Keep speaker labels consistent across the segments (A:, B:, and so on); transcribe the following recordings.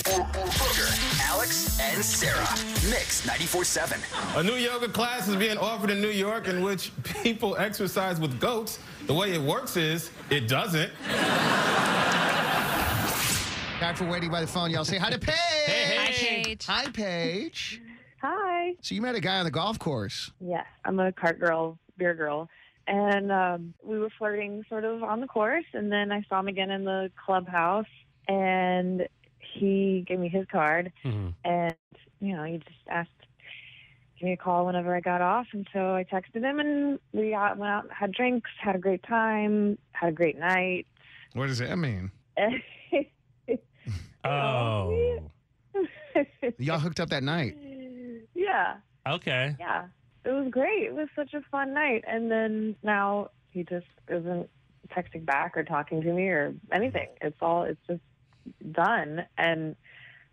A: Booger, Alex, and Sarah. Mix 94.7.
B: A new yoga class is being offered in New York in which people exercise with goats. The way it works is it doesn't.
C: Back for waiting by the phone. Y'all say hi to Paige. Hi,
D: Hi, Paige.
C: Paige.
E: Hi.
C: So you met a guy on the golf course.
E: Yes, I'm a cart girl, beer girl. And um, we were flirting sort of on the course. And then I saw him again in the clubhouse. And he gave me his card. And, you know, he just asked, give me a call whenever I got off. And so I texted him and we got, went out, had drinks, had a great time, had a great night.
C: What does that mean?
D: Oh.
C: Y'all hooked up that night.
E: yeah.
D: Okay.
E: yeah, it was great. It was such a fun night. And then now he just isn't texting back or talking to me or anything. It's all, it's just done. And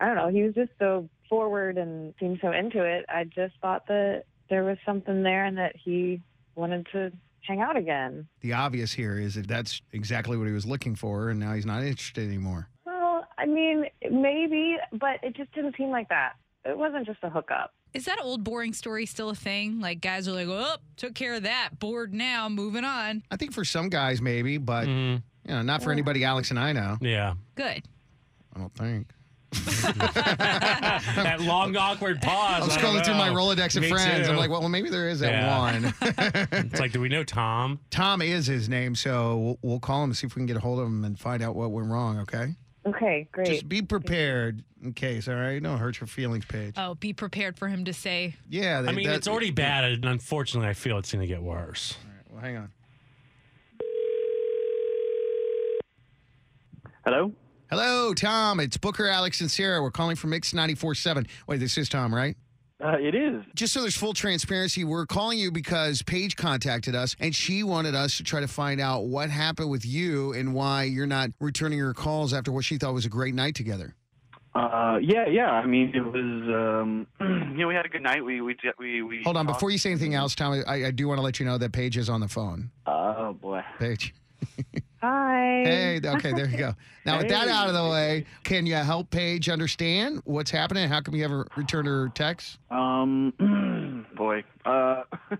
E: I don't know, he was just so forward and seemed so into it. I just thought that there was something there and that he wanted to hang out again.
C: The obvious here is that that's exactly what he was looking for, and now he's not interested anymore.
E: Well, I mean, maybe, but it just didn't seem like that. It wasn't just a hookup.
D: Is that old boring story still a thing? Like guys are like, oh, took care of that. Bored now. Moving on.
C: I think for some guys, maybe, but you know, not for anybody Alex and I know.
F: Mm-hmm. Yeah.
D: Good.
C: I don't think.
F: that long, awkward pause.
C: I was
F: I
C: scrolling
F: don't
C: through my
F: know.
C: Rolodex of
F: Me
C: friends.
F: Too.
C: I'm like, well, well, maybe there is that
F: Yeah.
C: one.
F: it's like, do we know Tom?
C: Tom is his name, so we'll, we'll call him and see if we can get a hold of him and find out what went wrong. Okay.
E: Okay, great.
C: Just be prepared in case. All right. Don't hurt your feelings, Paige.
D: Oh, be prepared for him to say,
C: yeah.
F: I
C: that-
F: mean,
C: that-
F: it's already bad, and unfortunately, I feel it's going to get worse.
C: Well, hang on.
G: Hello?
C: Hello, Tom. It's Booker, Alex, and Sarah. We're calling from Mix 94.7. Wait, this is Tom, right?
G: Uh, it is.
C: Just so there's full transparency, we're calling you because Paige contacted us and she wanted us to try to find out what happened with you and why you're not returning her calls after what she thought was a great night together.
G: Uh, yeah, yeah. I mean, it was. Um, you know, we had a good night. We we we we.
C: Hold on,
G: talked-
C: before you say
G: mm-hmm.
C: anything else, Tom, I, I do want to let you know that Paige is on the phone.
G: Oh boy.
C: Paige.
E: Hi.
C: Hey, okay, there you go. Now, with that out of the way, can you help Paige understand what's happening? How come you haven't returned her text?
G: Um, boy. Uh,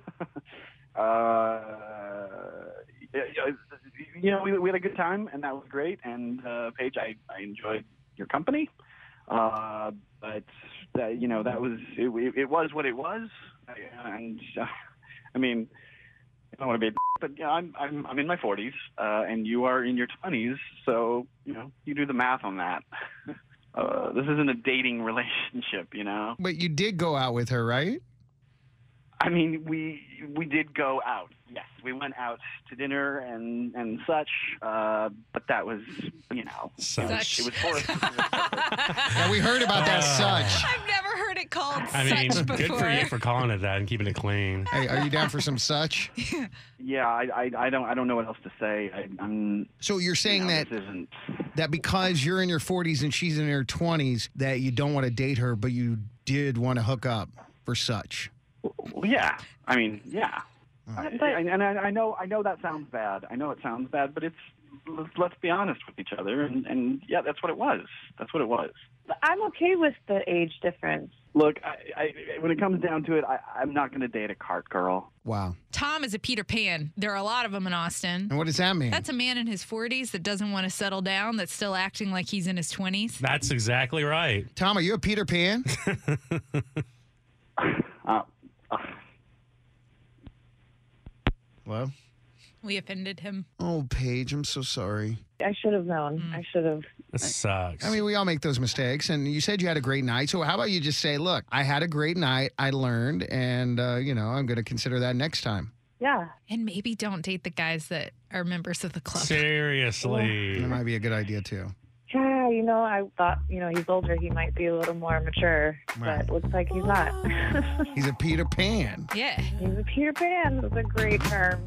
G: uh, yeah, yeah, you know, we, we had a good time, and that was great. And uh, Paige, I, I enjoyed your company. Uh, but uh, you know, that was it, it, it. was what it was. And uh, I mean, I don't want to be, a d- but yeah, I'm I'm I'm in my 40s, uh, and you are in your 20s. So you know, you do the math on that. Uh, this isn't a dating relationship, you know.
C: But you did go out with her, right?
G: I mean, we we did go out. Yes, we went out to dinner and and such. Uh, but that was, you know,
F: So,
D: Such.
G: it was forced.
C: Yeah, we heard about that such.
D: I've never heard it called
F: I mean,
D: such
F: good
D: before.
F: for you for calling it that and keeping it clean.
C: Hey, are you down for some such?
G: yeah, I, I I don't I don't know what else to say. I, I'm
C: So you're saying
G: you know,
C: that
G: this isn't.
C: that because you're in your 40s and she's in her 20s that you don't want to date her, but you did want to hook up for such.
G: Well, yeah, I mean, yeah.
E: But-
G: I- and I, I know I know that sounds bad. I know it sounds bad, but it's let's, let's be honest with each other. And, and yeah, that's what it was. That's what it was.
E: but I'm okay with the age difference.
G: Look, I, I, when it comes down to it, I, I'm not going to date a cart girl.
C: Wow.
D: Tom is a Peter Pan. There are a lot of them in Austin.
C: And what does that mean?
D: That's a man in his 40s that doesn't want to settle down, that's still acting like he's in his 20s.
F: That's exactly right.
C: Tom, are you a Peter Pan?
G: Uh,
C: Hello?
D: We offended him.
C: Oh, Paige, I'm so sorry.
E: I should have known. I should have.
F: That sucks.
C: I mean, we all make those mistakes. And you said you had a great night. So how about you just say, look, I had a great night. I learned. And, uh, you know, I'm going to consider that next time.
E: Yeah.
D: And maybe don't date the guys that are members of the club.
F: seriously.
C: That might be a good idea, too.
E: Yeah, yeah, you know, I thought, you know, he's older, he might be a little more mature,
C: Right.
E: but looks like he's not.
C: He's a Peter Pan.
D: Yeah.
E: he's a Peter Pan. That's a great term.